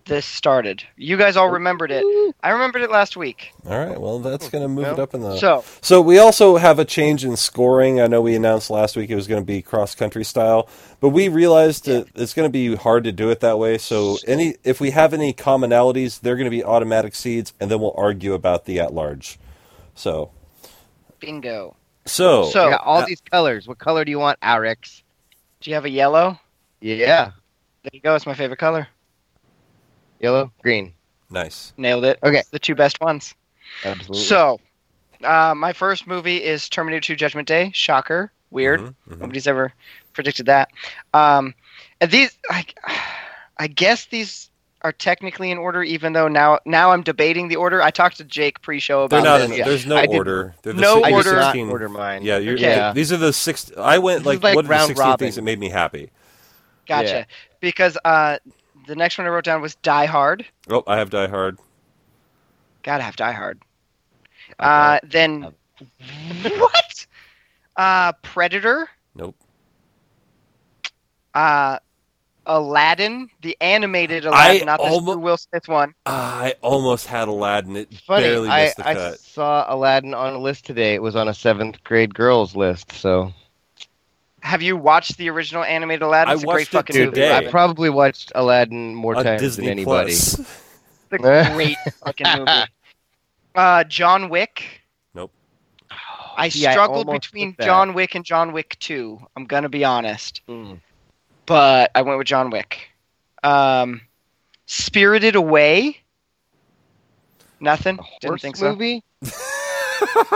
C: this started. You guys all remembered it. I remembered it last week.
A: All right. Well, that's going to move it
B: No.
A: up in the.
C: So,
A: So we also have a change in scoring. I know we announced last week it was going to be cross country style, but we realized that it's going to be hard to do it that way. So any if we have any commonalities, they're going to be automatic seeds, and then we'll argue about the at large. So
C: bingo.
A: so,
C: So-
B: yeah, all
A: uh,
B: these colors. What color do you want, Alex?
C: Do you have a yellow?
B: Yeah.
C: There you go. It's my favorite color.
B: Yellow, green.
A: nice.
C: Nailed it.
B: Okay.
C: The two best ones.
B: Absolutely.
C: So, uh, my first movie is Terminator 2 Judgment Day. Shocker. Weird.
A: Mhm, mhm.
C: Nobody's ever predicted that. Um, and these, I, I guess these are technically in order, even though now now I'm debating the order. I talked to Jake pre-show
A: They're
C: about
A: not.
C: this.
A: In, There's no
B: I did-
A: order. They're the
C: no
A: six-
B: I
C: order-
B: did not
A: 16
B: order mine.
A: Yeah, you're,
B: Yeah.
A: these are the six. I went
B: This
A: like,
B: is like
A: what are the
B: round
A: 16
B: robin.
A: things that made me happy?
C: Gotcha.
B: Yeah.
C: Because uh, the next one I wrote down was Die Hard.
A: Oh, I have Die Hard.
C: Gotta have Die Hard. Uh, then what? Uh, Predator.
A: Nope.
C: Uh, Aladdin, the animated Aladdin, not the
A: almo-
C: Screw Will Smith one.
A: Ah, I almost had Aladdin. It
B: Funny,
A: barely
B: I,
A: missed the
B: I
A: cut.
B: saw Aladdin on a list today. It was on a seventh grade girls list, so
C: Have you watched the original animated Aladdin?
A: I
C: It's a great
A: watched it
C: fucking movie.
A: today.
B: I
C: Robin.
B: probably watched Aladdin more
A: On
B: times
A: Disney
B: than anybody.
A: Plus.
C: It's a great fucking movie. Uh, John Wick.
A: Nope.
C: I
B: See, I
C: struggled
B: almost
C: between
B: put that.
C: John Wick and John Wick 2. I'm going to be honest.
B: Mm.
C: But I went with John Wick. Um, Spirited Away. Nothing.
B: A horse
C: Didn't think so.
B: movie?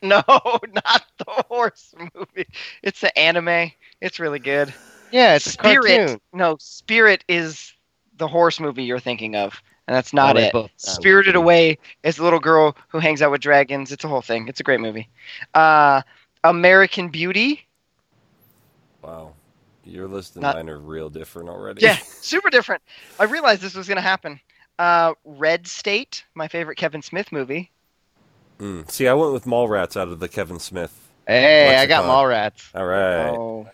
C: No, not the horse movie. It's an anime. It's really good.
B: Yeah, it's a
C: Spirit.
B: cartoon.
C: No, Spirit is the horse movie you're thinking of, and that's not
B: Oh, they
C: it.
B: both sound
C: Spirited
B: pretty-
C: Away is the little girl who hangs out with dragons. It's a whole thing. It's a great movie. Uh, American Beauty.
A: Wow. Your list and
C: Not-
A: mine are real different already.
C: Yeah, super different. I realized this was going to happen. Uh, Red State, my favorite Kevin Smith movie.
A: Mm. See, I went with Mallrats out of the Kevin Smith.
B: Hey, I got
A: Lexicon.
B: Mallrats.
A: All right.
C: Oh,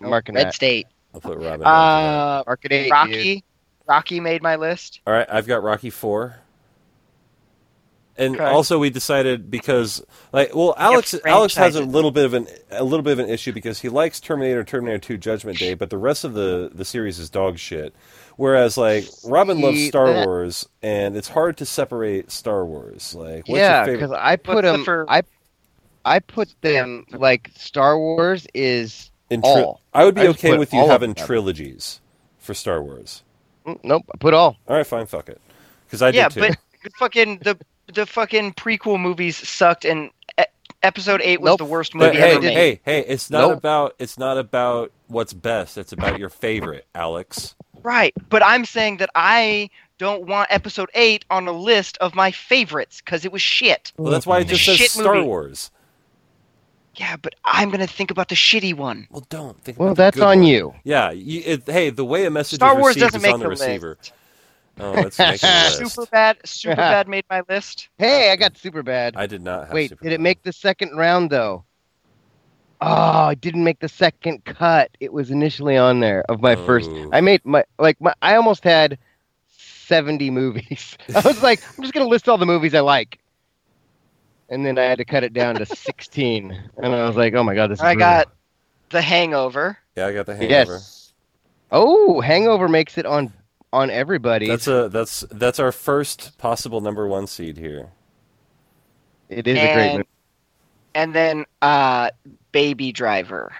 B: I'm marking
C: Red
B: that.
C: State.
A: I'll put Robin. down for
C: Uh,
B: Mark it eight, dude.
C: Rocky. Rocky made my list.
A: that. All right. I've got Rocky Four. And
C: Okay.
A: also, we decided because, like, well, Alex Alex has a
C: franchises.
A: little bit of an a little bit of an issue because he likes Terminator, Terminator Two, Judgment Day, but the rest of the the series is dog shit. Whereas, like, Robin loves
B: See,
A: Star
B: that-
A: Wars, and it's hard to separate Star Wars. Like, what's
B: yeah,
A: your favorite?
B: because I put
C: What's the
B: them.
C: fir-
B: I I put them like Star Wars is.
A: In
B: all.
A: I would be
B: I just
A: okay
B: put
A: with you
B: all of
A: having
B: them.
A: trilogies for Star Wars.
B: Mm, Nope, I put all.
A: All right, fine, fuck it. Because I
C: yeah,
A: did too.
C: but the fucking the the fucking prequel movies sucked, and e- episode eight was
B: Nope.
C: the worst
A: But
C: movie
A: hey,
C: ever made.
A: hey, hey, it's not
B: Nope.
A: about it's not about what's best. It's about your favorite, Alex.
C: Right, but I'm saying that I don't want episode 8 on a list of my favorites cuz it was shit.
A: Well, that's why it just says
C: Shit
A: Star
C: movie.
A: Wars.
C: Yeah, but I'm going to think about the shitty one.
A: Well, don't think.
B: Well,
A: about the
B: that's
A: good
B: on
A: one.
B: you.
A: Yeah. You, it, hey, the way a message
C: Star
A: is
C: Wars
A: received
C: doesn't
A: is
C: make
A: on the
C: the
A: receiver.
C: list.
A: Oh, that's making the list.
C: Super bad, super bad made my list.
B: Hey, I got super bad.
A: I did not have.
B: Wait,
A: Super
B: did it make the second round though? Oh, it didn't make the second cut. It was initially on there of my first.
A: Oh.
B: I made my like my. I almost had seventy movies. I was like, I'm just gonna list all the movies I like, and then I had to cut it down to sixteen. And I was like, oh my god, this. Is
C: I
B: brutal.
C: got The Hangover.
A: Yeah, I got the hangover.
B: yes. Oh, Hangover makes it on on everybody.
A: That's a that's that's our first possible number one seed here.
B: it is a great
C: and,
B: movie.
C: And then uh, Baby Driver.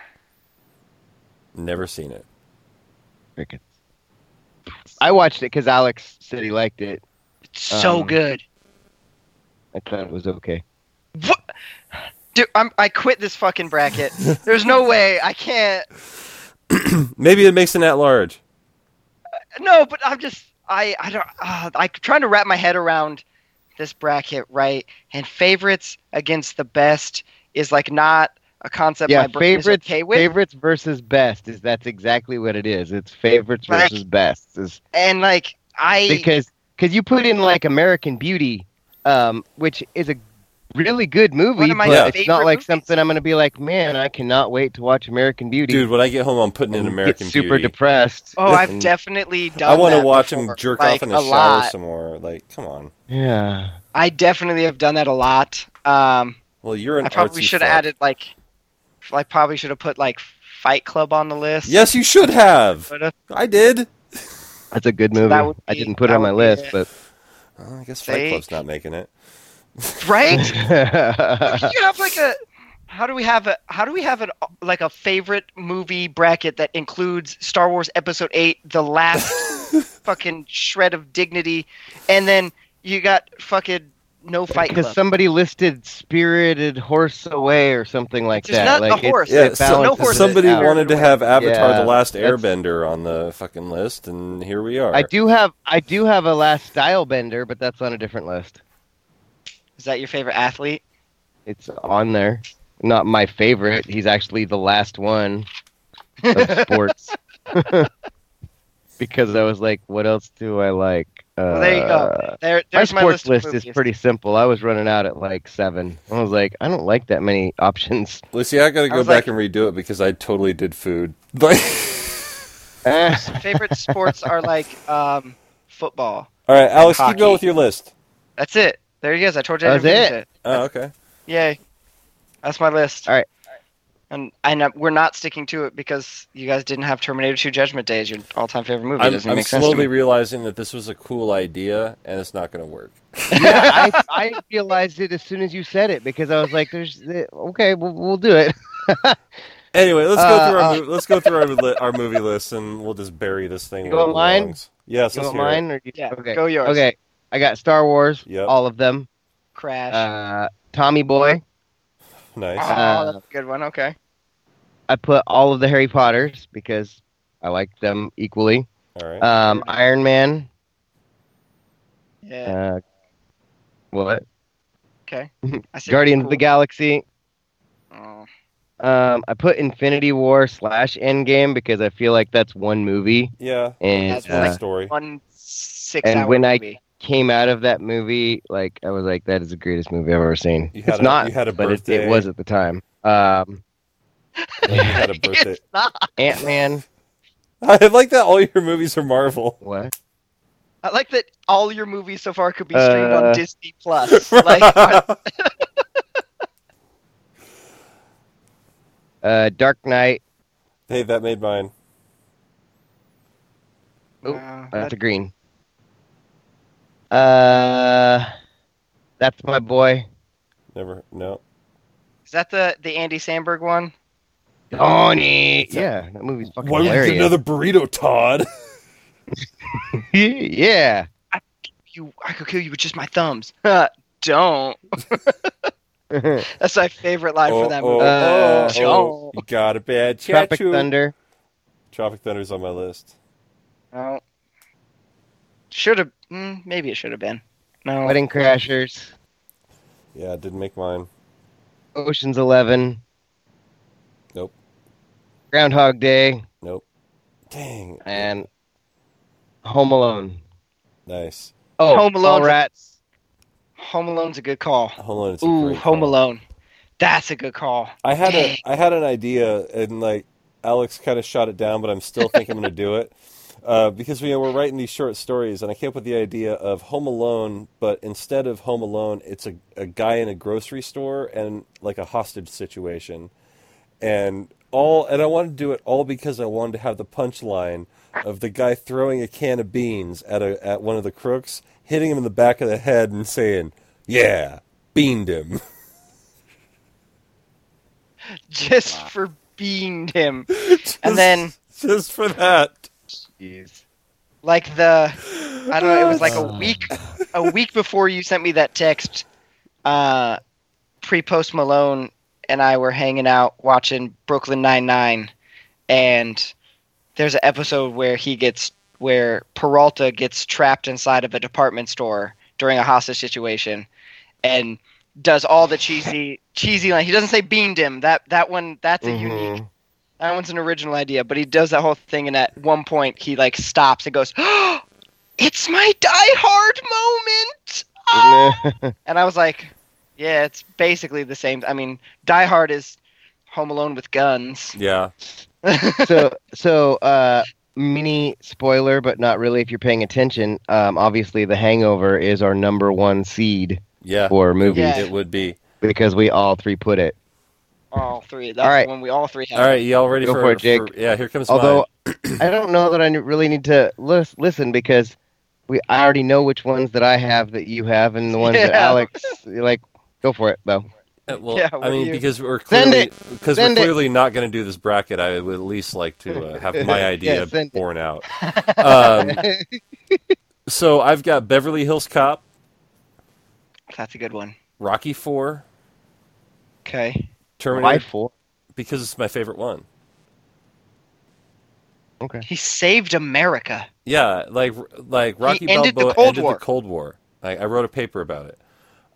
A: Never seen it.
B: Crickets. I watched it because Alex said he liked it.
C: It's so
B: Um,
C: good.
B: I thought it was okay.
C: What? Dude, I'm, I quit this fucking bracket. There's no way I can't.
A: Maybe it makes an at large.
C: No, but I'm just I I don't uh, I'm trying to wrap my head around this bracket right. And favorites against the best is like not a concept
B: yeah,
C: my brain is
B: favorites,
C: okay with.
B: favorites versus best is that's exactly what it is. It's favorites
C: Right.
B: versus best is
C: and like I
B: because because you put in like American Beauty, um, which is a really good movie,
C: One of my
A: Yeah.
B: but it's not
C: favorite
B: like
C: movies.
B: something I'm gonna be like, man, I cannot wait to watch American Beauty.
A: Dude, when I get home, I'm putting in
B: and
A: American
B: get super
A: Beauty.
B: depressed.
C: oh I've
A: Mm.
C: definitely done.
A: I want to
C: that
A: watch
C: before,
A: him jerk
C: like,
A: off in
C: a
A: the shower
C: lot.
A: some more. Like, come on.
B: Yeah,
C: I definitely have done that a lot. Um,
A: Well, you're an
C: I probably
A: artsy
C: should have
A: fuck.
C: added like I probably should have put like Fight Club on the list.
A: Yes, you should have.
C: Should've.
A: I did.
B: that's a good movie.
C: that would
B: I
C: be-
B: didn't put it
C: that
B: on my
C: would be
B: list,
C: it.
B: but
A: Well, I guess Fight
C: Fake.
A: Club's not making it.
C: Right? you have like a how do we have a how do we have an like a favorite movie bracket that includes Star Wars Episode Eight, the last fucking shred of dignity, and then you got fucking no fight
B: because
C: club.
B: somebody listed Spirited Horse Away or something like
C: There's
B: that.
C: not a
B: like it's-
C: horse.
B: it
A: Yeah, so-
C: no
B: balances
C: horse
B: it
A: Somebody
B: out.
A: wanted to have Avatar:
B: Yeah,
A: The Last
B: that's-
A: Airbender on the fucking list, and here we are.
B: I do have I do have a last style bender, but that's on a different list.
C: Is that your favorite athlete?
B: It's on there. Not my favorite. He's actually the last one of sports. because I was like, what else do I like? Uh,
C: Well, there you go. There,
B: My
C: there's my,
B: sports
C: list.
B: list,
C: of
B: is
C: movies.
B: pretty simple. I was running out at like seven. I was like, I don't like that many options.
A: Lucy, I gotta go
C: was
A: back
C: like-
A: and redo it because I totally did food. Like,
B: Eh.
C: favorite sports are like um, football.
A: all right, Alex, keep
C: Hockey.
A: going with your list.
C: That's it. There he is. I told you. I
B: That's
C: didn't finish
B: it.
A: Oh, okay.
C: Yay. That's my list.
B: All right.
C: And and uh, we're not sticking to it because you guys didn't have Terminator 2 Judgment Day as your all-time favorite movie. it
A: I'm,
C: doesn't
A: I'm
C: make sense. to
A: slowly
C: me.
A: realizing that this was a cool idea and it's not gonna work.
B: yeah, I, I realized it as soon as you said it because I was like, "There's okay, we'll, we'll do it."
A: Anyway, let's go
B: Uh,
A: through our
B: uh,
A: mov- let's go through our, li- our movie list and we'll just bury this thing.
B: You
A: where it
B: want mine?
A: belongs. Yes,
B: You
A: let's
B: want
A: hear it.
B: mine Oh. or do you-
C: Yeah,
B: okay.
C: go yours.
B: Okay, I got Star Wars,
A: Yep.
B: all of them.
C: Crash.
B: Uh, Tommy Boy.
C: oh,
A: Nice.
B: uh,
C: that's a good one. Okay.
B: I put all of the Harry Potters because I like them equally.
A: All right.
B: Um, Iron Man.
C: Yeah.
B: Uh, what?
C: okay. I see
B: Guardians of
C: cool.
B: the Galaxy.
C: Oh,
B: Um, I put Infinity War slash Endgame because I feel like that's one movie.
A: yeah.
B: And
C: That's
A: One
B: uh,
A: story.
C: one six
B: and
C: hour
B: when I-
C: movie.
B: came out of that movie, like I was like, that is the greatest movie I've ever seen.
A: You had
B: it's
A: a-
B: not,
A: you had a
B: but it,
A: birthday.
B: it was at the time. Um,
A: You had a birthday.
C: It's not.
B: Ant Man,
A: I like that all your movies are Marvel.
B: what?
C: I like that all your movies so far could be streamed on
B: Uh,
C: Disney Plus. Like
B: Uh, Dark Knight.
A: hey, that made mine.
B: Nope.
C: Wow,
B: That's
C: that-
B: a uh, green. Uh, that's my boy.
A: Never. No.
C: is that the the Andy Samberg one?
B: Donnie. Yeah, that movie's fucking
A: Why would you get
B: hilarious.
A: another burrito, Todd?
B: yeah.
C: You, I could kill you with just my thumbs. Don't. That's my favorite line from that movie.
B: Uh,
A: oh, you got a bad chat.
B: Tropic
A: Tropic,
B: Thunder.
A: Tropic Thunder's on my list.
C: No. Should have. Uh, Mm, maybe it should have been. No.
B: Wedding Crashers,
A: Yeah, I didn't make mine.
B: Ocean's Eleven.
A: Nope.
B: Groundhog Day
A: Nope. Dang.
B: and Home Alone.
A: Nice.
B: Oh,
C: Home Alone's-
B: Rats.
C: Home Alone's a good call.
A: Hold on. It's a
C: Ooh,
A: great
C: Home
A: call.
C: Alone. That's a good call.
A: I had a I had an idea and like Alex kind of shot it down, but I'm still think I'm going to do it uh, because you know we're writing these short stories, and I came up with the idea of Home Alone, but instead of Home Alone, it's a a guy in a grocery store and like a hostage situation, and all and I wanted to do it all because I wanted to have the punchline of the guy throwing a can of beans at a at one of the crooks, hitting him in the back of the head, and saying, "Yeah, beaned him."
C: Just for being him. And then-
A: just for that.
B: Jeez.
C: Like the I don't know, it was like a
A: Um, Oh.
B: Uh.
C: week a week before you sent me that text, uh pre post Malone and I were hanging out watching Brooklyn Nine Nine and there's an episode where he gets where Peralta gets trapped inside of a department store during a hostage situation and does all the cheesy cheesy line. He doesn't say beamed him. That that one that's a unique
B: Mhm.
C: that one's an original idea, but he does that whole thing, and at one point he like stops and goes, oh, "It's my Die Hard moment." Ah! And I was like, "Yeah, it's basically the same. I mean, Die Hard is Home Alone with guns."
A: Yeah.
B: so so uh mini spoiler but not really if you're paying attention um obviously the hangover is our number one seed
A: Yeah.
B: for movies
C: Yeah.
A: It would be.
B: because we all three put it
C: All three. That's
B: All right.
C: the one we all three have.
A: All right, y'all ready
B: Go
A: for,
B: for it, Jake.
A: for- yeah, here comes
B: although i don't know that i n- really need to lis- listen because we i already know which ones that i have that you have and the ones that
C: Yeah.
B: alex like go for it though
A: mine. Uh, Well,
C: yeah,
A: I
C: what
A: mean,
C: do you-
A: because we're
B: Send
A: clearly because we're
B: Send it.
A: clearly not going to do this bracket. I would at least like to uh, have my
B: Yeah,
A: idea
B: send it.
A: borne out. Um, so I've got Beverly Hills Cop,
C: That's a good one.
A: Rocky Four,
C: Okay.
A: Terminator,
B: my four
A: because it's my favorite one.
B: okay
C: He saved America.
A: Yeah, like like Rocky
C: ended the
A: Balboa
C: Cold
A: ended
C: War.
A: the Cold War. I, I wrote a paper about it.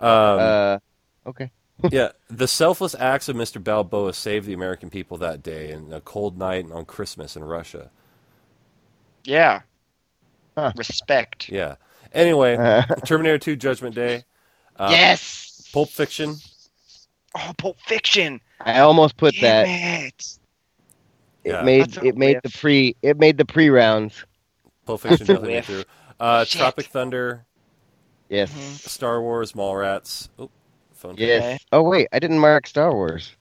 A: Um,
B: uh okay
A: yeah, the selfless acts of Mr. Balboa saved the American people that day in a cold night and on Christmas in Russia.
C: Yeah.
B: Huh.
C: Respect.
A: Yeah. Anyway,
B: Uh,
A: Terminator 2 Judgment Day. Uh,
C: yes.
A: Pulp Fiction.
C: Oh, Pulp Fiction.
B: i almost put
C: Damn
B: that
C: it.
B: it
A: Yeah.
B: made
C: That's a
B: it made
C: whiff.
B: the pre it made the pre rounds
A: Pulp Fiction definitely made
C: Whiff.
A: through. Uh,
C: Shit.
A: Tropic Thunder.
B: yes
C: Mhm.
A: Star Wars. Mallrats. Oh, phone. tap.
B: yes
C: Okay.
B: oh wait i didn't mark star wars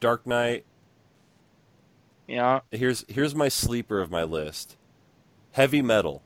A: Dark Knight.
C: Yeah.
A: Here's here's my sleeper of my list. Heavy Metal.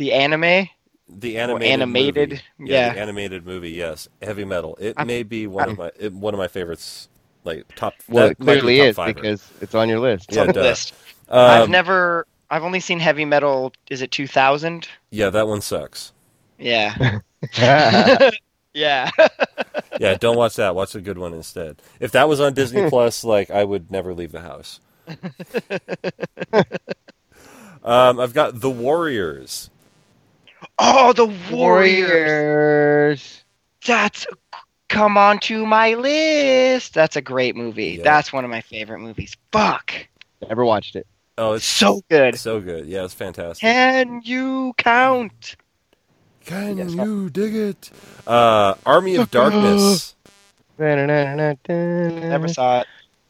C: The anime.
A: The
C: Or
A: animated
C: animated,
A: movie.
C: yeah.
A: the animated movie. Yes, Heavy Metal. It
C: I'm-
A: may be one
C: I'm-
A: of my it, one of my favorites. Like top.
B: Well,
A: that
B: it
A: might be
B: clearly
A: top
B: is
A: fiver.
B: because it's on your list.
C: It's
A: Yeah,
C: on the
A: duh.
C: list. I've
A: Um,
C: never. I've only seen heavy metal. Is it 2000?
A: yeah, that one sucks.
C: Yeah. yeah.
A: yeah, don't watch that. Watch a good one instead. If that was on Disney Plus, like I would never leave the house. um, I've got The Warriors.
C: Oh, the Warriors.
B: Warriors.
C: That's come on to my list. That's a great movie.
A: Yeah.
C: That's one of my favorite movies. Fuck.
B: Never watched it.
A: Oh,
C: It's
A: it's
C: so good.
A: so good. Yeah, it's fantastic.
C: Can you count?
A: Can
B: Yes.
A: you dig it? Uh, Army of Darkness.
B: Never
C: Never saw it.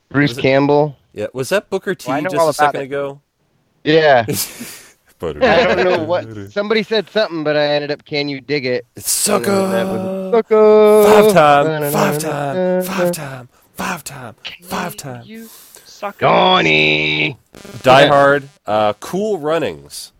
B: Bruce
A: Was it-
B: Campbell.
A: Yeah, was that Booker T
C: Well, I know
A: just
C: all
A: a
C: about
A: second
C: it.
A: ago?
B: Yeah. I
A: I
B: don't know what. Somebody said something, but I ended up. Can you dig it?
A: It's sucker.
B: And that was-
A: Five
B: Sucker.
A: time, five time, five time, five time, five
C: Can
A: time.
C: You suck.
B: Donnie.
A: Die Hard, uh, Cool Runnings.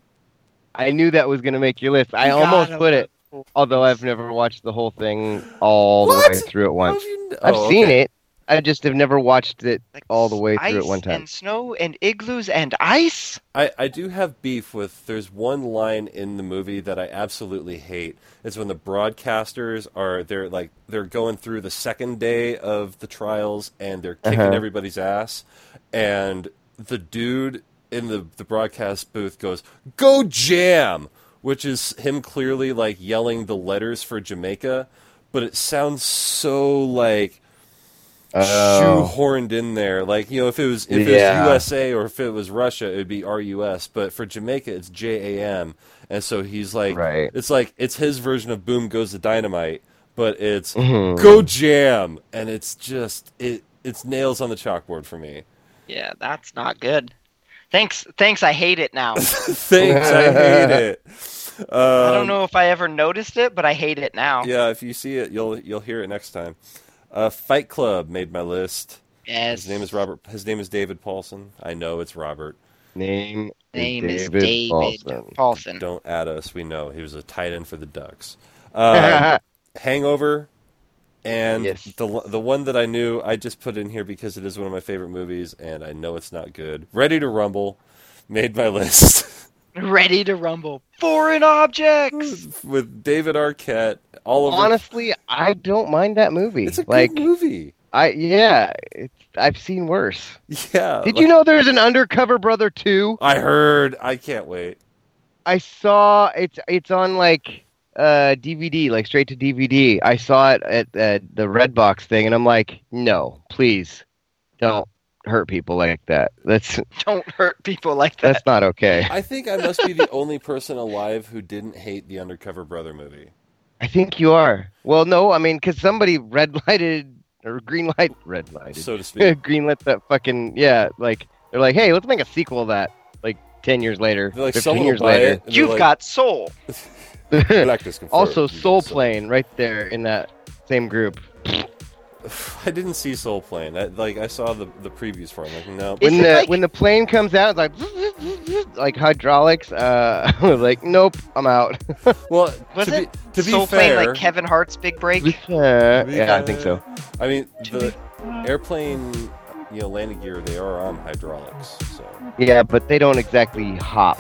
B: I knew that was gonna make your list. I
C: You
B: almost
C: gotta
B: put it,
C: love-
B: although I've never watched the whole thing all
A: What?
B: the way through at once.
A: How have you kn-
B: I've
A: oh,
B: seen
A: okay.
B: it. I just have never watched it
C: Like
B: all the way through
C: ice
B: at one time.
C: And snow and igloos and ice.
A: I, I do have beef with. There's one line in the movie that I absolutely hate. It's when the broadcasters are they're like they're going through the second day of the trials and they're kicking
B: Uh-huh.
A: everybody's ass, and the dude in the the broadcast booth goes, "Go jam," which is him clearly like yelling the letters for Jamaica, but it sounds so like
B: Oh.
A: shoehorned in there. Like you know, if it was if it
B: Yeah.
A: was USA or if it was Russia, it would be R U S. But for Jamaica, it's J A M. And so he's like,
B: Right.
A: it's like it's his version of "Boom Goes the Dynamite," but it's
C: Mm-hmm.
B: Mhm.
A: "Go Jam," and it's just it it's nails on the chalkboard for me.
C: Yeah, that's not good. Thanks, thanks. I hate it now.
A: Thanks, I hate it.
C: I
A: Um,
C: don't know if I ever noticed it, but I hate it now.
A: Yeah, if you see it, you'll you'll hear it next time. Uh, Fight Club made my list.
C: Yes.
A: His name is Robert. His name is David Paulson. I know it's Robert.
B: Name,
C: Name
B: is
C: is
B: David,
C: David
B: Paulson.
C: Paulson.
A: Don't add us. We know he was a tight end for the Ducks. Uh, Hangover, and
B: Yes.
A: the the one that I knew, I just put in here because it is one of my favorite movies, and I know it's not good. Ready to Rumble made my list
C: Ready to rumble. Foreign objects.
A: with David Arquette. All of
B: Honestly, I don't mind that movie.
A: it's a good
B: like
A: movie.
B: I yeah, it's, I've seen worse.
A: Yeah.
B: Did
A: like-
B: you know there's an Undercover Brother 2?
A: I heard. I can't wait.
B: I saw it's it's on like uh DVD, like straight to DVD. I saw it at, at the Redbox thing and I'm like, "No, please. Don't hurt people like that. That's
C: Don't hurt people like that.
B: that's not okay."
A: I think I must be the only person alive who didn't hate the Undercover Brother movie.
B: I think you are. Well, no, I mean cuz somebody red lighted or green light red lighted.
A: So to speak.
B: green lit that fucking yeah, like they're like, "Hey, let's make a sequel of that." Like 10 years later,
A: They're like,
B: 15
A: someone will
B: years
A: buy
B: later.
A: it. and they're
C: You've
A: like,
C: got soul.
A: Black Disc Confederate.
B: Also,
A: You
B: Soul
A: suck.
B: Plane right there in that same group.
A: I didn't see Soul Plane. I, like I saw the the previews for it. I'm like, no.
C: It's-
B: When the
C: like-
B: when the plane comes out, it's like like hydraulics. Uh, I was like, nope, I'm out.
A: well,
C: Was
A: to
C: it
A: be to be
C: soul
A: fair,
C: playing like Kevin Hart's big break.
B: Uh, yeah,
A: to be
B: I
A: fair,
B: think so.
A: I mean, the airplane, you know, landing gear they are on um, hydraulics. So
B: Yeah, but they don't exactly hop.